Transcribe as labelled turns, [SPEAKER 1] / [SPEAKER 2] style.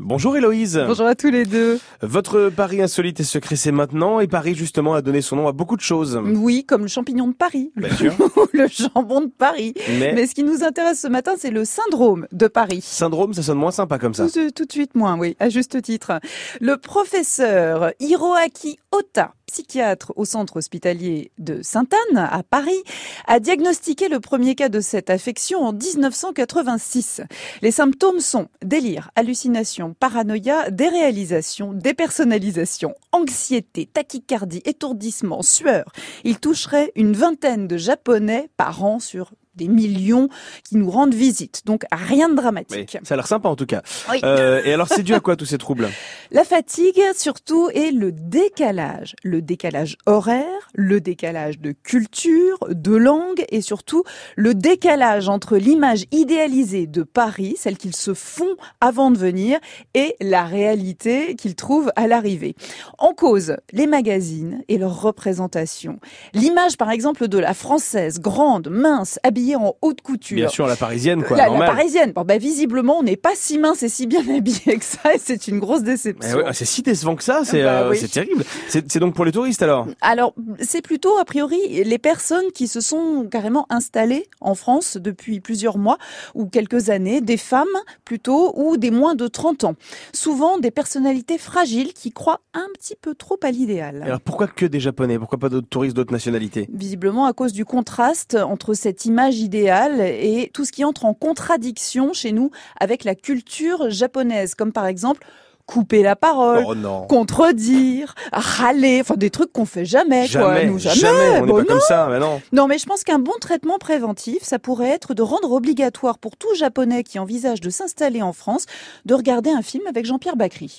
[SPEAKER 1] Bonjour Héloïse.
[SPEAKER 2] Bonjour à tous les deux.
[SPEAKER 1] Votre Paris insolite et secret, c'est maintenant. Et Paris, justement, a donné son nom à beaucoup de choses.
[SPEAKER 2] Oui, comme le champignon de Paris, le,
[SPEAKER 1] Bien sûr.
[SPEAKER 2] le jambon de Paris.
[SPEAKER 1] Mais,
[SPEAKER 2] Mais ce qui nous intéresse ce matin, c'est le syndrome de Paris.
[SPEAKER 1] syndrome, ça sonne moins sympa comme ça.
[SPEAKER 2] Tout, de- tout de suite moins, oui, à juste titre. Le professeur Hiroaki Ota, psychiatre au centre hospitalier de Sainte-Anne, à Paris, a diagnostiqué le premier cas de cette affection en 1986. Les symptômes sont délire, hallucination, paranoïa, déréalisation, dépersonnalisation, anxiété, tachycardie, étourdissement, sueur. Il toucherait une vingtaine de Japonais par an sur des millions qui nous rendent visite. Donc rien de
[SPEAKER 1] Mais
[SPEAKER 2] dramatique.
[SPEAKER 1] ça a l'air sympa en tout cas.
[SPEAKER 2] Oui.
[SPEAKER 1] Euh, et alors, c'est dû à quoi tous ces troubles
[SPEAKER 2] La fatigue, surtout, et le décalage. Le décalage horaire, le décalage de culture, de langue, et surtout le décalage entre l'image idéalisée de Paris, celle qu'ils se font avant de venir, et la réalité qu'ils trouvent à l'arrivée. En cause, les magazines et leurs représentations. L'image, par exemple, de la française, grande, mince, habillée en haute couture.
[SPEAKER 1] Bien sûr, la parisienne, quoi,
[SPEAKER 2] la, la
[SPEAKER 1] normal.
[SPEAKER 2] parisienne. Bon, bah, visiblement, on n'est pas si mince et si bien habillé que ça, et c'est une grosse
[SPEAKER 1] Eh
[SPEAKER 2] déception.
[SPEAKER 1] ouais, c'est si décevant que ça, c'est
[SPEAKER 2] Bah
[SPEAKER 1] euh,
[SPEAKER 2] oui. Bah
[SPEAKER 1] c'est terrible. C'est c'est donc pour les touristes alors
[SPEAKER 2] Alors, c'est plutôt, a priori, les personnes qui se sont carrément installées en France depuis plusieurs mois ou quelques années, des femmes plutôt, ou des moins de 30 ans. Souvent, des personnalités fragiles qui croient un petit peu trop à l'idéal.
[SPEAKER 1] Et Alors pourquoi que des Japonais Pourquoi pas d'autres touristes d'autres nationalités
[SPEAKER 2] Visiblement à cause du contraste entre cette image idéale et tout ce qui entre en contradiction chez nous avec la culture japonaise, comme par exemple couper la parole,
[SPEAKER 1] Oh non
[SPEAKER 2] contredire, râler, enfin des trucs qu'on fait jamais,
[SPEAKER 1] Jamais,
[SPEAKER 2] quoi, nous jamais.
[SPEAKER 1] jamais, on n'est
[SPEAKER 2] Bah
[SPEAKER 1] pas comme ça, mais non.
[SPEAKER 2] Non, mais je pense qu'un bon traitement préventif, ça pourrait être de rendre obligatoire pour tout japonais qui envisage de s'installer en France de regarder un film avec Jean-Pierre Bacry.